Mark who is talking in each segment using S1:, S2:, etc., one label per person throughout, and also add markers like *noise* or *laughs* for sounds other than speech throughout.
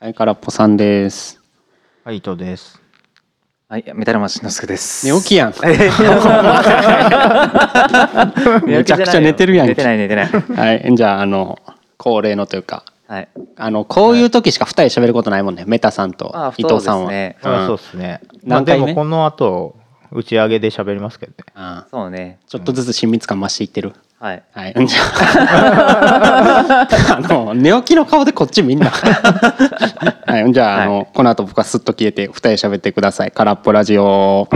S1: はい、空っぽさんです。
S2: はい、伊藤です。
S3: はい、メタルマシンのすけです。
S1: 寝起
S3: *laughs*
S1: きやん。
S3: えー
S1: めちゃくちゃ寝てるやんけ
S3: 寝てない寝てない。
S1: はい、じゃあ、あの、恒例のというか、
S3: はい。
S1: あの、こういう時しか二人喋ることないもんね、メタさんと
S3: あ
S1: 伊藤さん
S3: そう
S1: は。
S3: ですね
S1: うん
S2: あそうですね。まあ
S1: 何
S2: で
S1: 回目
S2: もこの後打ち上げで喋りますけどね。
S1: うん
S3: そうね。
S1: ちょっとずつ親密感増していってる。
S3: はい。
S1: はい、じゃあ、
S3: *laughs*
S1: あの、寝起きの顔でこっちみんな。はい、じゃあ、あの、この後僕はすっと消えて、二人喋ってください。空っぽラジオ。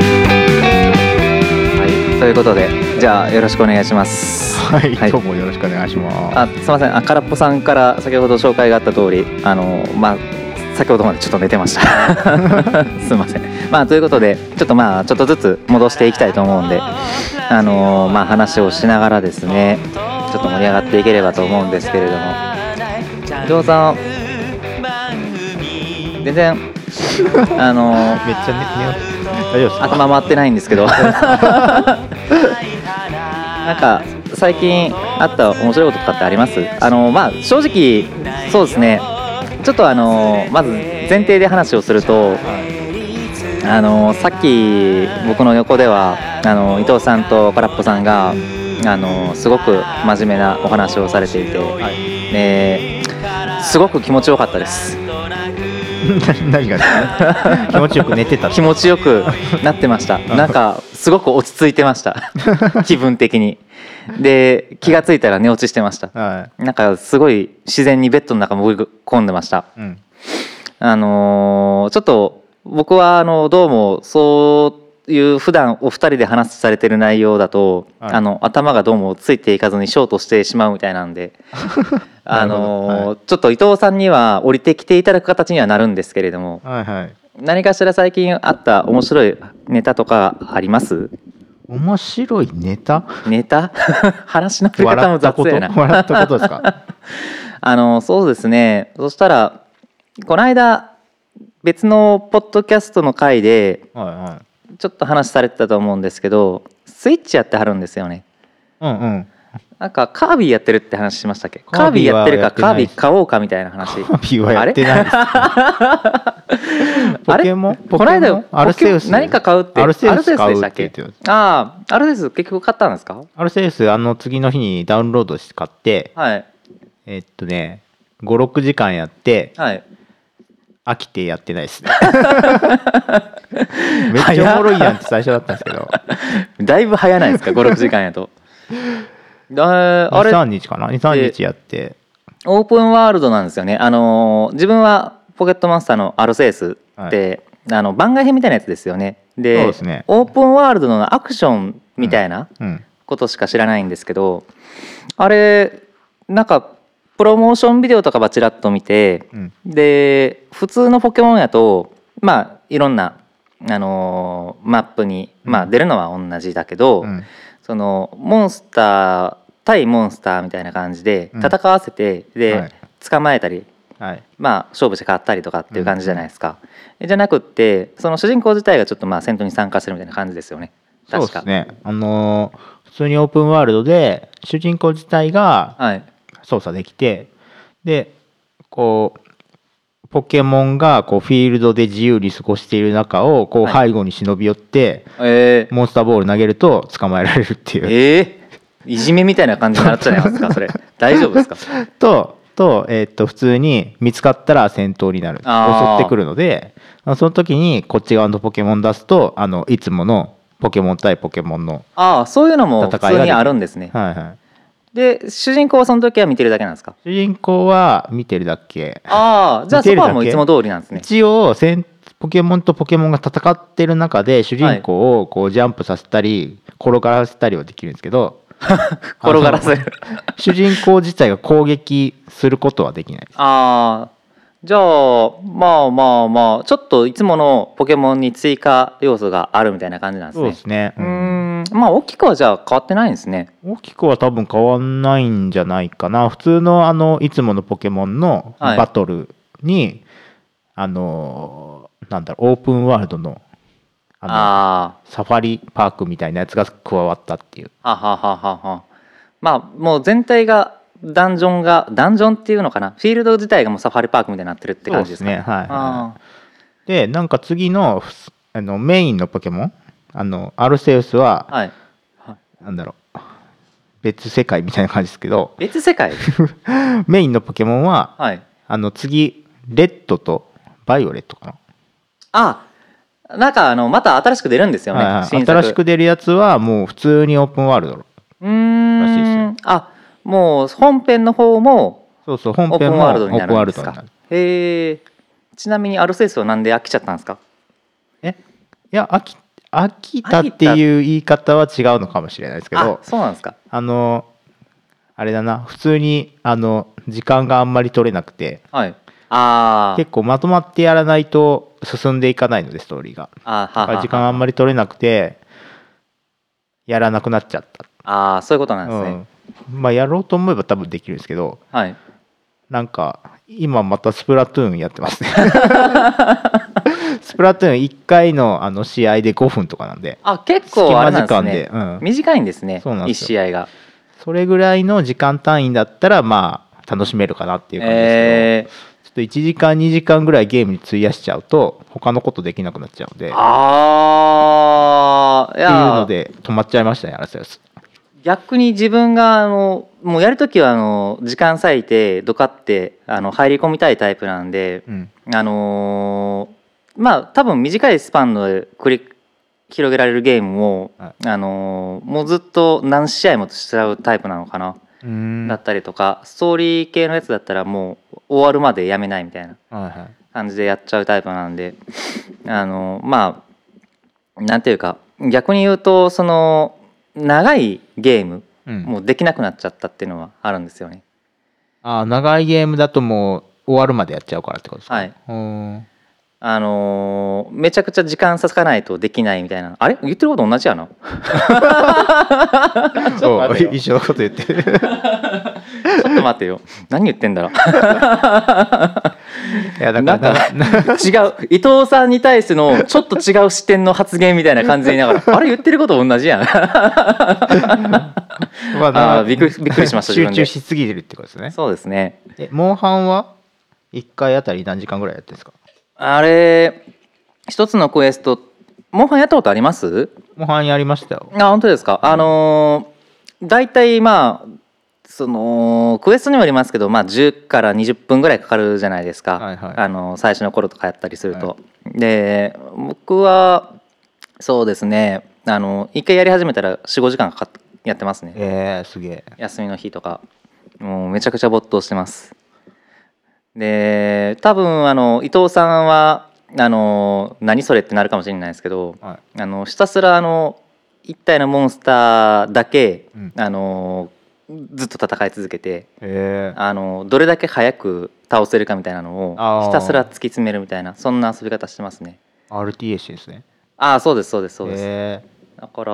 S3: はい。ということで、じゃあよろしくお願いします。
S2: はい、今日もよろしくお願いしま
S3: あ、すみません。あ、空っぽさんから先ほど紹介があった通り、あのまあ先ほどまでちょっと寝てました。 *laughs* すみません。まあということで、ちょっとまあちょっとずつ戻していきたいと思うんで、あのまあ話をしながらですね、ちょっと盛り上がっていければと思うんですけれども、伊藤さん。全然あの
S2: す。めっちゃ寝寝よう。大丈夫ですか
S3: 頭回ってないんですけど *laughs* なんか最近あった面白いこととかってありますあのまあ正直そうですねちょっとあのまず前提で話をするとあのさっき僕の横ではあの伊藤さんと空っぽさんがあのすごく真面目なお話をされていて、ですごく気持ちよかったです。
S2: 何がですか気持ちよく寝てたって
S3: 気持ちよくなって
S2: *laughs*
S3: ましたなんかすごく落ち着いてました *laughs* 気分的にで気がついたら寝落ちしてました
S2: は
S3: なんかすごい自然にベッドの中潜り込んでました
S2: い。うん。
S3: あのーちょっと僕はあのどうもそういう普段お二人で話されてる内容だと、
S2: はい
S3: あの頭がどうもついていかずにショートしてしまうみたいなん
S2: *laughs*
S3: であの
S2: なるほ
S3: ー
S2: どは
S3: ちょっと伊藤さんには降りてきていただく形にはなるんですけれども
S2: はいはい。
S3: 何かしら最近あった面白いネタとかあります
S2: 面白いネタ
S3: ネタ *laughs* 話の振り方
S2: 笑
S3: も
S2: った
S3: 雑
S2: こと
S3: やな
S2: 笑ったことですか
S3: あのそうですねそしたらこの間別のポッドキャストの回で
S2: はいはい。
S3: ちょっと話されてたと思うんですけどスイッチやってはるんですよね
S2: うんうん。
S3: なんかカービィやってるって話しましたっけ
S2: カ
S3: カ
S2: ー
S3: ー
S2: ビ
S3: ビィ
S2: ィは
S3: やってる
S2: や
S3: か
S2: ってな
S3: カー
S2: い
S3: ビィ買おうかみたいな話
S2: カビはやってない
S3: *laughs*
S2: です。ポ
S3: あれ
S2: ケモンポ
S3: この
S2: ケモ
S3: 間
S2: ンアルセウス
S3: 何か買うって
S2: アルセウス買
S3: でし
S2: う
S3: た
S2: っ
S3: って
S2: 言
S3: け
S2: ってます
S3: ああアルセウス結局買ったんですか
S2: アルセウスあの次の日にダウンロードして買って
S3: はい
S2: えっとね56時間やって
S3: はい
S2: 飽きてやってないですね *laughs* めっちゃおもろいやんって最初だったんですけど
S3: だいぶ早な
S2: *laughs*
S3: いですか56時間やとだあれ
S2: 23日かな23日やって
S3: オープンワールドなんですよねあのー自分はポケットモンスターのアルセウスって、あの番外編みたいなやつですよねで
S2: そうですね
S3: オープンワールドのアクションみたいな
S2: うん
S3: ことしか知らないんですけど、あれなんかプロモーションビデオとかばちらっと見て、
S2: うん
S3: で普通のポケモンやとまあいろんな、あのーマップに、まあ、出るのは同じだけど、
S2: うん
S3: そのモンスター対モンスターみたいな感じで
S2: うん
S3: 戦わせて、で、
S2: はい
S3: 捕まえたり
S2: はい
S3: まあ勝負して勝ったりとかっていう感じじゃないですか、じゃなくってその主人公自体がちょっとまあ戦闘に参加するみたいな感じですよね
S2: そう
S3: 確
S2: で
S3: か
S2: すねあのー普通にオープンワールドで主人公自体が
S3: はい
S2: 操作できてでこうポケモンがこうフィールドで自由に過ごしている中をこう
S3: はい
S2: 背後に忍び寄って、
S3: えー、
S2: モンスターボール投げると捕まえられるっていう
S3: えー、いじめみたいな感じになっちゃいますかそれ大丈夫ですか
S2: とと,、えーっと普通に見つかったら戦闘になる
S3: あー
S2: 襲ってくるのであのその時にこっち側のポケモン出すとあのいつものポケモン対ポケモンの、
S3: *laughs* ああそういうのも普
S2: 戦いが
S3: 通
S2: でき
S3: に
S2: る
S3: あるんですね
S2: はいはい、
S3: で主人公はその時は見てるだけなんですか
S2: 主人公は見てるだけ
S3: ああじゃあ
S2: 見て
S3: そ
S2: る
S3: こ
S2: だけ
S3: はもういつも通りなんですね
S2: 一応戦ポケモンとポケモンが戦ってる中で主人公をこうジャンプさせたり転がらせたりはできるんですけど
S3: *laughs* 転がらせる
S2: 主人公自体が攻撃することはできないです
S3: *laughs* ああじゃあまあまあまあちょっといつものポケモンに追加要素があるみたいな感じなんです
S2: そう
S3: ね
S2: ですね
S3: うーんまあ大きくはじゃあ変わってないんですね
S2: 大きくは多分変わんないんじゃないかな普通のあのいつものポケモンの
S3: はい
S2: バトルに、あのなんだろうオープンワールドのあの
S3: あ
S2: サファリパークみたいなやつが加わったっていう
S3: あはははははまあもう全体がダンジョンがダンジョンっていうのかなフィールド自体がもうサファリパークみたいになってるって感じですか
S2: そうねはい、
S3: あ
S2: でなんか次のふすあのメインのポケモンあのアルセウスは、
S3: あはい
S2: なんだろう別世界みたいな感じですけど *laughs*
S3: 別世界
S2: メインのポケモンは
S3: はい
S2: あの次レッドとバイオレットか
S3: あなんかあのまた新しく出るんです
S2: な、
S3: よね、
S2: はいはい
S3: 新作
S2: 新しく出るやつはもう普通にオープンワールド
S3: うーん
S2: らしいですよ
S3: あもう本編の方も
S2: そうそう本
S3: オープ
S2: 編
S3: ン
S2: もオ
S3: ワールドに
S2: ー
S3: な
S2: プン
S3: る
S2: ワー
S3: んで
S2: ル
S3: す
S2: ドにな
S3: か
S2: る
S3: へえちなみにアルセウスはなんで飽きちゃったんですか
S2: えいや飽き飽きたっていう言い方は違うのかもしれないですけど
S3: あそうなんですか
S2: あのあれだな普通にあの時間があんまり取れなくて
S3: はいあー
S2: 結構まとまってやらないと進んでいかないのでストーリーが
S3: あ
S2: だか
S3: はは
S2: ら時間あんまり取れなくてやらなくなっちゃった、
S3: ああそういうことなんですね、
S2: うん、まあやろうと思えば多分できるんですけど
S3: はい
S2: なんか今またスプラトゥーンやってますね *laughs* スプラトゥーン1回のあの試合で5分とかなんで
S3: あ結構あれなんです
S2: 隙間時
S3: ね、
S2: 間でうん
S3: 短いんですね
S2: そうなん
S3: 一
S2: です
S3: 試合が
S2: それぐらいの時間単位だったらまあ楽しめるかなっていう感じですけど、
S3: え
S2: ちょっと1時間2時間ぐらいゲームに費やしちゃうと他のことできなくなっちゃうのでっ
S3: ー、ああい
S2: ていう
S3: や
S2: ので止まっちゃいましたねアラセウス
S3: 逆に自分があのもうやるときはあの時間割いてドカってあの入り込みたいタイプなんで
S2: うん
S3: あのーまあ多分短いスパンで繰り広げられるゲームを、
S2: は
S3: あのーもうずっと何試合もしちゃうタイプなのかな、
S2: うん
S3: だったりとかストーリー系のやつだったらもう終わるまでやめないみたいな
S2: はいはい
S3: 感じでやっちゃうタイプなんで *laughs* あのまあなんていうか逆に言うとその長いゲーム
S2: うん
S3: もうできなくなっちゃったっていうのはあるんですよね。
S2: あー長いゲームだともう終わるまでやっちゃうからってことですか、
S3: はい、
S2: うーん
S3: あのーめちゃくちゃ時間割かないとできないみたいなあれ言ってること同じやな *laughs* ち *laughs* ょっと待てよ
S2: お *laughs* 一緒のこと言ってる
S3: ちょっと待ってよ何言ってんだろう *laughs*
S2: いやだ
S3: な
S2: か
S3: んから
S2: な
S3: 違う伊藤さんに対してのちょっと違う視点の発言みたいな感じで言いながらあれ言ってること同じやん
S2: *laughs*
S3: *laughs*
S2: まあな
S3: あーびっくりびっくりしました自
S2: 集
S3: 分
S2: 中
S3: で
S2: しすぎてるってことですね
S3: そうですね
S2: えモンハンは1回あたり何時間ぐらいやってるんですか
S3: あれ一つのクエストモンハンやったことあります
S2: モンハンやりましたよ
S3: あ本当ですか、あのー大体まあそのクエストにもよりますけど、まあ、10から20分ぐらいかかるじゃないですか、
S2: はいはい
S3: あのー最初の頃とかやったりすると、
S2: は
S3: で僕はそうですねあのー一回やり始めたら45時間かかっやってますね
S2: えー、すげえ
S3: 休みの日とかもうめちゃくちゃ没頭してますで多分あの伊藤さんはあのー何それってなるかもしれないですけど、
S2: は
S3: あのひたすらあの一体のモンスターだけ、
S2: うん
S3: あのずっと戦い続けて
S2: いえー、
S3: あのどれだけ早く倒せるかみたいなの
S2: あ
S3: を
S2: ー
S3: ひたすら突き詰めるみたいなそんな遊び方してますね。
S2: RTS ですね
S3: ああそうですそうですそうです。
S2: え
S3: だから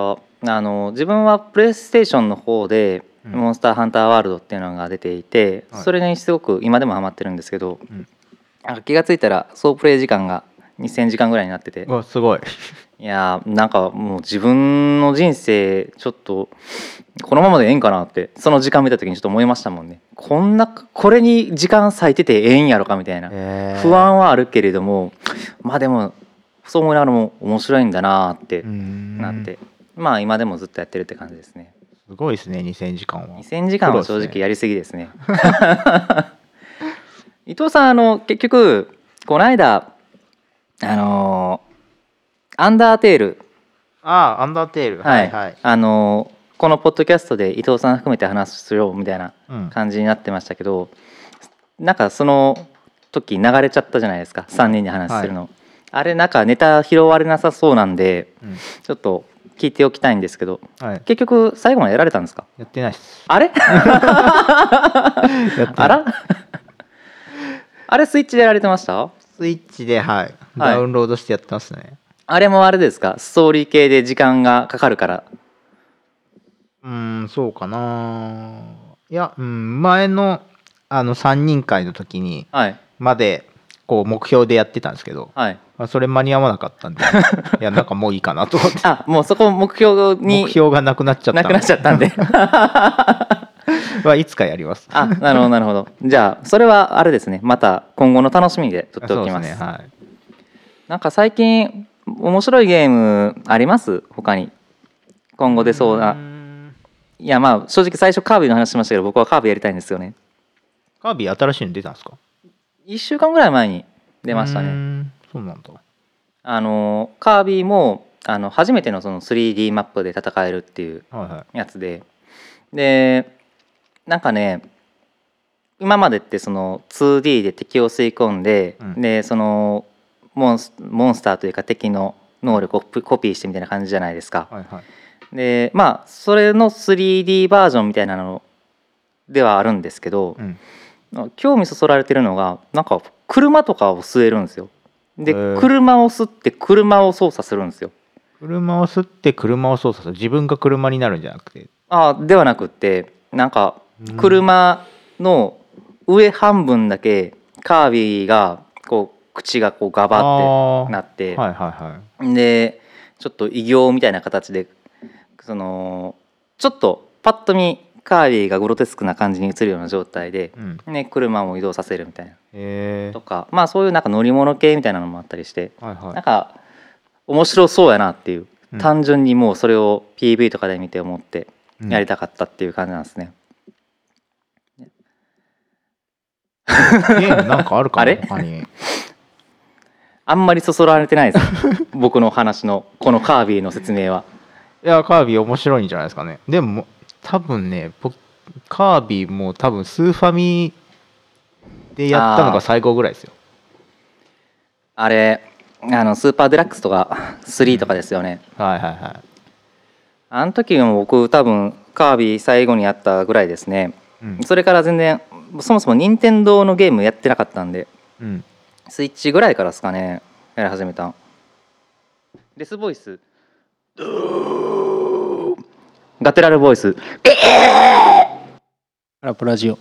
S3: あの自分はプレイステーションの方で「
S2: うん
S3: モンスターハンターワールド」っていうのが出ていて、
S2: はい
S3: それにすごく今でもハマってるんですけど、
S2: うん
S3: なんか気が付いたら総プレイ時間が2,000時間ぐらいになってて
S2: ー、うわすごい
S3: いやーなんかもう自分の人生ちょっとこのままでええんかなってその時間見た時にちょっと思いましたもんねこんなこれに時間割いててええんやろかみたいな
S2: えー
S3: 不安はあるけれどもまあでもそう思いながらも面白いんだなーって
S2: うーん
S3: なってまあ今でもずっとやってるって感じですね
S2: すごいですね2000時間は
S3: 2000時間は正
S2: 苦労です
S3: 直
S2: ね
S3: やりすぎですね伊藤さんあの結局この間あのーアンダーテール」
S2: ああアンダーテール
S3: はい、あのーこのポッドキャストで伊藤さん含めて話すようみたいな
S2: うん
S3: 感じになってましたけど、なんかその時流れちゃったじゃないですか3人で話するの、あれなんかネタ拾われなさそうなんで
S2: うん
S3: ちょっと聞いておきたいんですけど
S2: はい、
S3: 結局最後までやられたんですか
S2: やってないっす
S3: あれ
S2: やってない
S3: あらあれスイッチでやられてました
S2: スイッチではい、ダウンロードしてやってますね
S3: あれもあれですかストーリー系で時間がかかるから
S2: うーんそうかないや、うん、前のあの3人会の時に
S3: はい
S2: までこう目標でやってたんですけど、
S3: はい
S2: まあ、それ間に合わなか
S3: *laughs*
S2: ったんでいやなんかもういいかなと思って
S3: あもうそこ目標 *laughs* に
S2: 目標がなくなっちゃった
S3: なくなっちゃったんで
S2: はいつかやり *laughs* ます
S3: あなるほどなるほどじゃあそれはあれですねまた今後の楽しみで取っておきます
S2: そうですねはい
S3: なんか最近面白いゲームあります他に今後出そうな
S2: ーん
S3: いやまあ正直最初カービィの話しましたけど僕はカービィやりたいんですよね
S2: カービィ新しいの出たんですか
S3: 1週間ぐらい前に出ました
S2: うー
S3: ね
S2: んそうなんだ
S3: あのカービィもあの初めてのその 3D マップで戦えるっていう
S2: はいはい
S3: やつででなんかね今までってその 2D で敵を吸い込んで、
S2: うん
S3: でそのモンスモンスターというか敵の能力をコピコピーしてみたいな感じじゃないですか。
S2: はいはい
S3: でまあそれの 3D バージョンみたいなのではあるんですけど
S2: う、ん
S3: 興味そそられてるのがなんか車とかを吸えるんですよ。で
S2: へー
S3: 車を吸って車を操作するんですよ。
S2: 車を吸って車を操作する自分が車になるんじゃなくて
S3: あではなくってなんか
S2: うん
S3: 車の上半分だけカービィがこう口がこうガバってな
S2: あ
S3: って、
S2: ーはいはいはい
S3: でちょっと異形みたいな形でそのちょっとパッと見カービィがグロテスクな感じに映るような状態で、
S2: うん
S3: ね、車も移動させるみたいな
S2: え
S3: とかまあそういうなんか乗り物系みたいなのもあったりして
S2: ー、はい
S3: なん
S2: は
S3: か面白そうやなっていう、
S2: うん
S3: 単純にもうそれを PV とかで見て思って
S2: い
S3: やりたかったっていう感じなんですね。
S2: うんゲームなんかあるかな
S3: あれ
S2: 他に
S3: あんまりそそられてないです僕の話のこのカービィの説明はい
S2: やカービィ面白いんじゃないですかねでも多分ねポカービィも多分スーファミでやったのが最後ぐらいですよ
S3: あれあのスーパーデラックスとか3とかですよね、
S2: はいはいは
S3: あの時も僕多分カービィ最後にやったぐらいですね
S2: いうん
S3: それから全然そもそも任天堂のゲームやってなかったんで
S2: うん
S3: スイッチぐらいからですかねやり始めたデスボイスガテラルボイス
S1: ラプラジオ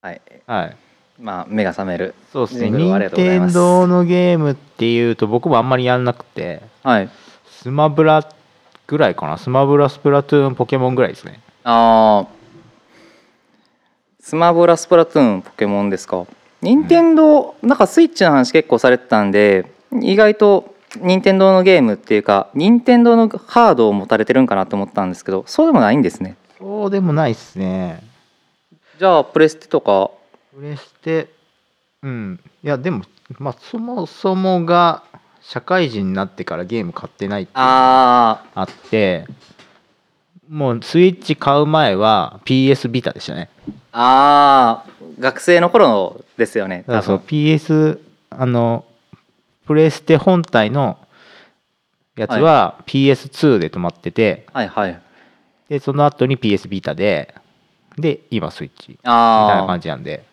S3: はい
S2: はい
S3: まあ目が覚める
S2: そうです
S3: ジ
S2: ね
S3: ングルあり
S2: 任
S3: がとうございます
S2: 天堂のゲームっていうと僕もあんまりやんなくて
S3: はい
S2: スマブラぐらいかなスマブラスプラトゥーンポケモンぐらいですね
S3: ああスマブラスプラトゥーンポケモンですか任天堂なんかスイッチの話結構されてたんで意外と任天堂のゲームっていうか任天堂のハードを持たれてるんかなと思ったんですけどそうでもないんですね
S2: そうでもないっすね
S3: じゃあプレステとか
S2: プレステうんいやでもまあそもそもが社会人になってからゲーム買ってないっていうのが
S3: あ
S2: あってもうスイッチ買う前は PS ビタでしたね
S3: ーあー学生の頃のですよね
S2: だか
S3: 多
S2: らそう
S3: 分
S2: PS あのプレステ本体のやつは PS2 で止まってて、
S3: はいはい
S2: でその後に PS ビタでで今スイッチみたいな
S3: ああ
S2: 感じなんで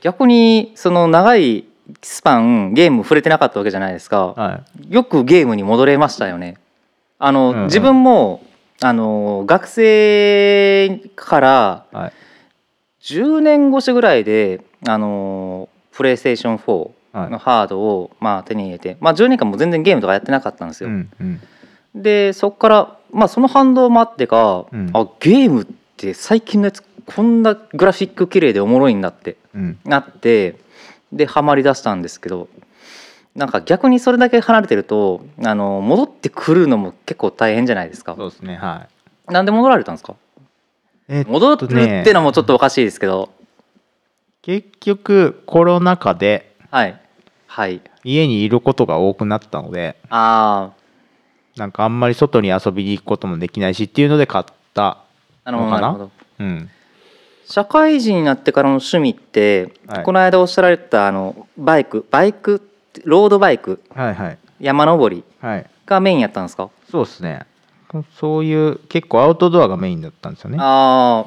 S3: 逆にその長いスパンゲーム触れてなかったわけじゃないですか
S2: は
S3: よくゲームに戻れましたよね。あの、
S2: うんうん
S3: 自分もあの学生から
S2: いはい
S3: 10年越しぐらいであのプレイステーション4
S2: はい
S3: のハードを、まあ、手に入れて、まあ、10年間も全然ゲームとかやってなかったんです
S2: う
S3: よ。
S2: んうん
S3: でそこから、まあ、その反動もあってか、
S2: うん
S3: あゲームって最近のやつこんなグラフィック綺麗でおもろいんだって
S2: うん
S3: なってでハマりだしたんですけどなんか逆にそれだけ離れてるとあの戻ってくるのも結構大変じゃないですか
S2: そうですねはい
S3: なんで戻られたんですか
S2: えっと
S3: 戻るってのもちょっとおかしいですけど、
S2: 結局コロナ禍で
S3: はいはい
S2: 家にいることが多くなったので
S3: あ
S2: なんかあんまり外に遊びに行くこともできないしっていうので買った
S3: あなるほど
S2: のか
S3: な
S2: な
S3: るほど
S2: うん
S3: 社会人になってからの趣味って、
S2: はい
S3: この間おっしゃられたあのバイクバイクロードバイク
S2: はいはい
S3: 山登り
S2: はい
S3: がメインやったんですか
S2: そうですねそういう結構アウトドアがメインだったんですよね
S3: ああ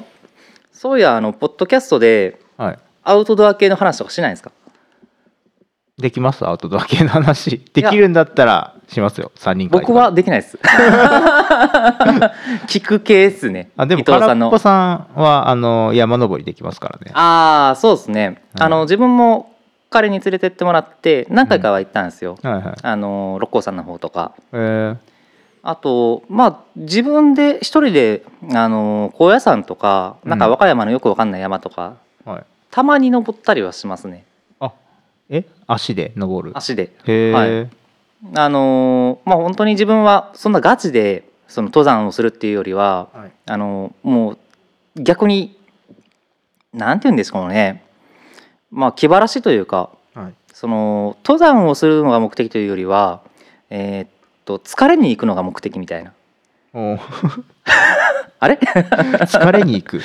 S3: そういやあのポッドキャストで
S2: はい
S3: アウトドア系の話とかしないんですか
S2: できますアウトドア系の話できるんだったらしますよ3人会
S3: 僕はできない
S2: *laughs*
S3: です聞く系ですね
S2: あでも
S3: 伊藤
S2: 空
S3: さ
S2: っ
S3: んの
S2: ぽさんはあの山登りできますからね
S3: ああそうですね、
S2: うん
S3: あの自分も彼に連れてってもらって何回かは行ったんですよ、
S2: はいはい
S3: あの六甲さんの方とか
S2: えー
S3: あとまあ自分で一人であの高野山とかなんか
S2: うん
S3: 和歌山のよくわかんない山とか、
S2: はい、
S3: たまに登ったりはしますね
S2: あえ足で登る
S3: 足で
S2: へえ、
S3: はいあのーまあ本当に自分はそんなガチでその登山をするっていうよりは、
S2: はい
S3: あのーもう逆になんて言うんですかねまあ気晴らしというか
S2: はい
S3: その登山をするのが目的というよりはえーっと疲れに行くのが目的みたいな
S2: お
S3: あれ *laughs*
S2: 疲れに行く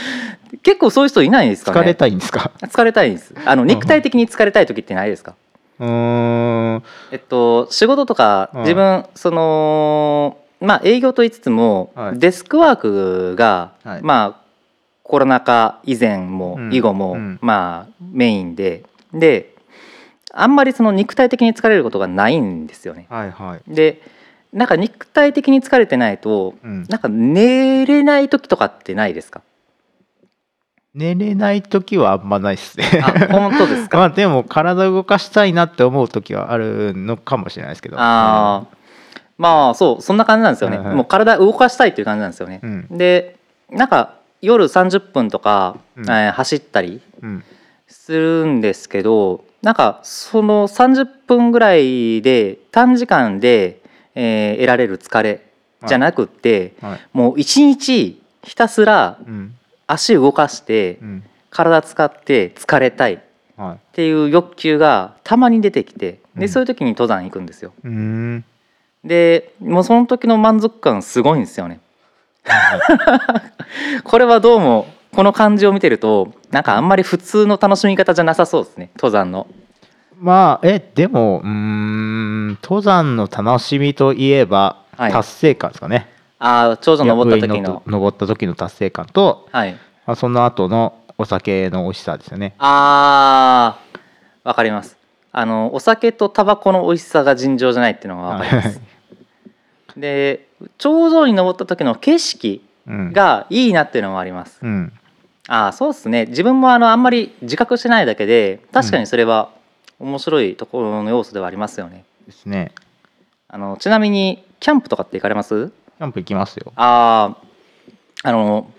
S3: 結構そういう人いないですかね
S2: 疲れたいんですか
S3: 疲れたいんですあの肉体的に疲れたい時ってないですか
S2: うーん
S3: えっと、仕事とか
S2: うん
S3: 自分、そのまあ営業と言いつつも、
S2: はい
S3: デスクワークが、
S2: はい
S3: まあコロナ禍以前も
S2: うん
S3: 以後も、
S2: うん
S3: まあメインでであんまりその肉体的に疲れることがないんですよね。
S2: はいはい
S3: でなんか肉体的に疲れてないと
S2: うん
S3: なんか寝れない時とかってないですか
S2: 寝れない時はあんまないですね
S3: あ本当です
S2: *laughs* ま
S3: か
S2: あでも体動かしたいなって思う時はあるのかもしれないですけど
S3: あーまあそうそんな感じなんですよね、
S2: はいはい
S3: もう体動かしたいっていう感じなんですよね。
S2: うん
S3: でなんか夜30分とか、
S2: うん
S3: えー走ったり
S2: うん
S3: するんですけどなんかその30分ぐらいで短時間で、えー得られる疲れじゃなくって、
S2: はい
S3: もう一日ひたすら
S2: うん
S3: 足動かして
S2: うん
S3: 体使って疲れたいっ
S2: はい
S3: ていう欲求がたまに出てきて
S2: う
S3: で
S2: ん
S3: そういう時に登山行くんですよ。
S2: うーん
S3: でもうその時の満足感すごいんですよね。 *laughs* これはどうもこの感じを見てるとなんかあんまり普通の楽しみ方じゃなさそうですね登山の
S2: まあえでもうーん登山の楽しみといえば
S3: はい
S2: 達成感ですかね、
S3: ああ頂上登った
S2: 上
S3: 時
S2: にの
S3: の
S2: 登った時の達成感と
S3: はい
S2: あその後のお酒の美味しさですよね
S3: あーわかりますあのお酒とタバコの美味しさが尋常じゃないっていうのがわかりま
S2: は
S3: すで頂上に登った時の景色
S2: うん
S3: がいいなっていうのもあります
S2: うん
S3: ああそうですね自分もあのあんまり自覚してないだけで確かにそれは面白いところの要素ではありますよね
S2: ですね
S3: あのちなみにキャンプとかって行かれます
S2: キャンプ行きますよ
S3: あああの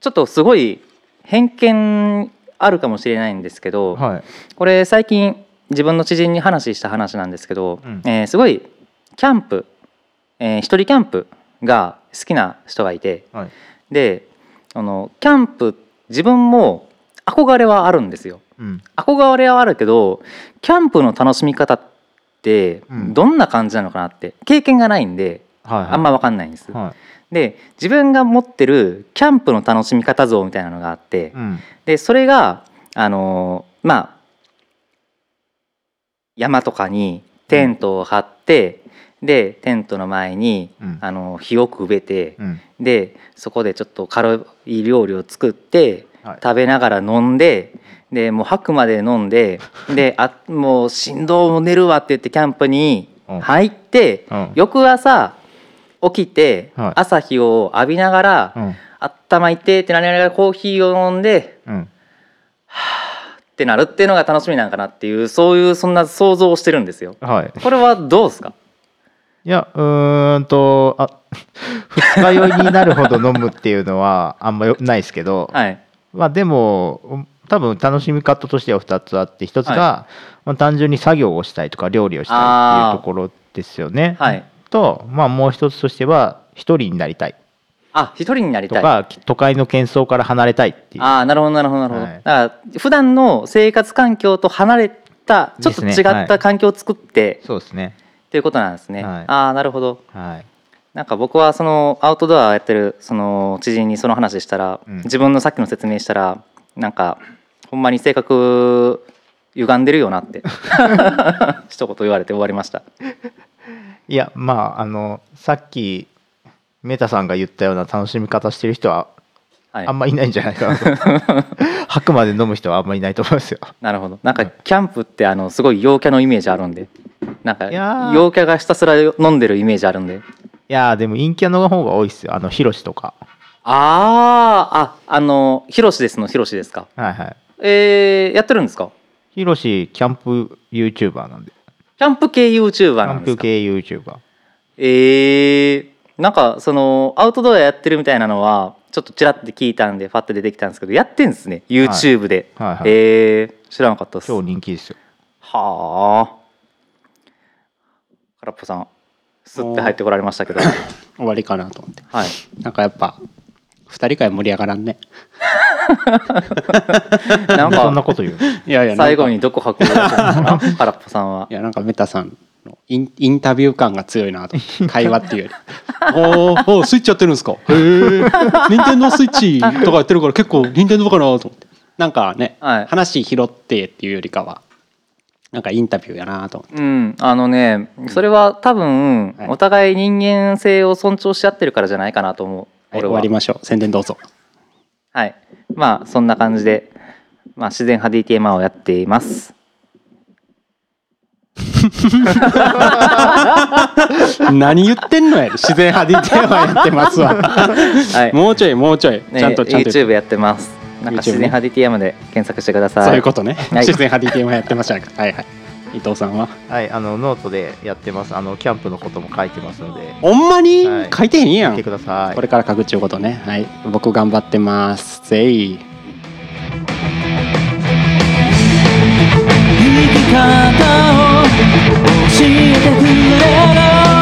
S3: ちょっとすごい偏見あるかもしれないんですけど、
S2: はい
S3: これ最近自分の知人に話した話なんですけど、
S2: うん
S3: えーすごいキャンプ、えー一人キャンプが好きな人がいて
S2: はい
S3: であのキャンプ自分も憧れはあるんですよ。
S2: うん
S3: 憧れはあるけどキャンプの楽しみ方って
S2: うん
S3: どんな感じなのかなって経験がないんで
S2: はいはい
S3: あんま分かんないんです。
S2: はい
S3: で自分が持ってるキャンプの楽しみ方像みたいなのがあって、
S2: うん
S3: でそれがあのーまあ山とかにテントを張って、でテントの前に、
S2: うん
S3: あの火をくべて、
S2: うん
S3: でそこでちょっと軽い料理を作って
S2: はい
S3: 食べながら飲んででもう吐くまで飲んでであもう振動も寝るわって言ってキャンプに
S2: うん
S3: 入って、
S2: うん
S3: 翌朝起きて、
S2: はい
S3: 朝日を浴びながら、
S2: うん
S3: あったまいてってなりながらコーヒーを飲んで
S2: うん
S3: ってなるっていうのが楽しみなんかなっていうそういうそんな想像をしてるんですよ。
S2: はい
S3: これはどうです
S2: *laughs*
S3: か
S2: いや、うーんと、あ、 *laughs* 二日酔いになるほど飲むっていうのはあんまよないですけど、
S3: はい
S2: まあでも、うん多分楽しみ方としては2つあって、1つが、まあ、単純に作業をしたいとか、料理をしたいっていうところですよね。
S3: はい
S2: と、まあもう1つとしては、1人になりたい
S3: あ一人になり
S2: と
S3: たい。
S2: か、都会の喧騒から離れたいっていう。
S3: ああなるほどなるほどなるほど、
S2: はい
S3: だから普段の生活環境と離れたちょっと
S2: で
S3: 違
S2: すねは
S3: っ
S2: い
S3: た環境を作って
S2: そうですね。
S3: っていうことなんですね、
S2: はい
S3: ああなるほど
S2: はい。
S3: なんか僕はそのアウトドアやってるその知人にその話したら、
S2: うん
S3: 自分のさっきの説明したらなんかほんまに性格歪んでるよなって
S2: *laughs*
S3: *laughs* 一言言われて終わりました
S2: いや、まあ、あの、さっき、メタさんが言ったような楽しみ方してる人は、
S3: はい
S2: あんまいないんじゃないかなと
S3: *laughs*
S2: 吐くまで飲む人はあんまいないと思いますよ
S3: なるほどなんかキャンプってあのすごい陽キャのイメージあるんでなんか
S2: いやー
S3: 陽キャがひたすら飲んでるイメージあるんで
S2: いやーでも陰キャの方が多いっすよあのヒロシとか
S3: あーああのヒロシですのヒロシですか
S2: はいはい
S3: えー、やってるんですか
S2: ヒロシキャンプ YouTuber なんで
S3: キャンプ系 YouTuber
S2: キャ
S3: なん
S2: ン
S3: で
S2: プ
S3: すか
S2: 系 YouTuber
S3: えー、なんかそのアウトドアやってるみたいなのはちょっとちらって聞いたんでファッて出てきたんですけどやってんですね YouTube で、
S2: はいはい
S3: えー、知らなかったです
S2: 超
S3: は
S2: 人気ですよ
S3: あ空っぽさんすって入ってこられました *laughs* けどは
S1: 終わりかなと思って
S3: い
S1: なんかやっぱ2人会盛り上がらんね
S3: なん
S2: そんな
S3: か
S2: こと言うの
S1: いやいやなんか
S3: 最後にどこ運ぶらし
S1: *laughs*
S3: いのかな空っぽさんはい
S1: やなんかメタさんのインインタビュー感が強いなと会話っていうより
S4: おーおースイッチやってるんですかへえ任天堂スイッチとかやってるから結構任天堂かなと思って
S1: なんかね、
S3: はい
S1: 話拾ってっていうよりかはなんかインタビューやなと思って
S3: うんあのねそれは多分
S1: はい
S3: お互い人間性を尊重し合ってるからじゃないかなと思う
S1: はい
S3: 俺
S1: 終
S3: は、
S1: わりましょう宣伝どうぞ
S3: はい。まあそんな感じで、まあ自然派 DTM をやっています。
S1: 何言ってんのやり自然派でテーマやってますわ
S3: はい。
S1: もうちょいもうちょいちゃんと
S3: ね
S1: ちゃんと言って
S3: YouTube やってます。なんか
S1: YouTube ね
S3: 自然派 DTM で検索してください。
S1: そういうことね、
S3: はい
S1: 自然派でテーマやってましたからはいはい伊藤さんは
S2: はいあのノートでやってますあのキャンプのことも書いてますので
S1: ほんまに
S2: はい
S1: 書いてへんや
S2: 見
S1: ん、
S2: てください
S1: これから書くっちゅうことねはい僕頑張ってますぜい
S5: 生き方を教えてくれる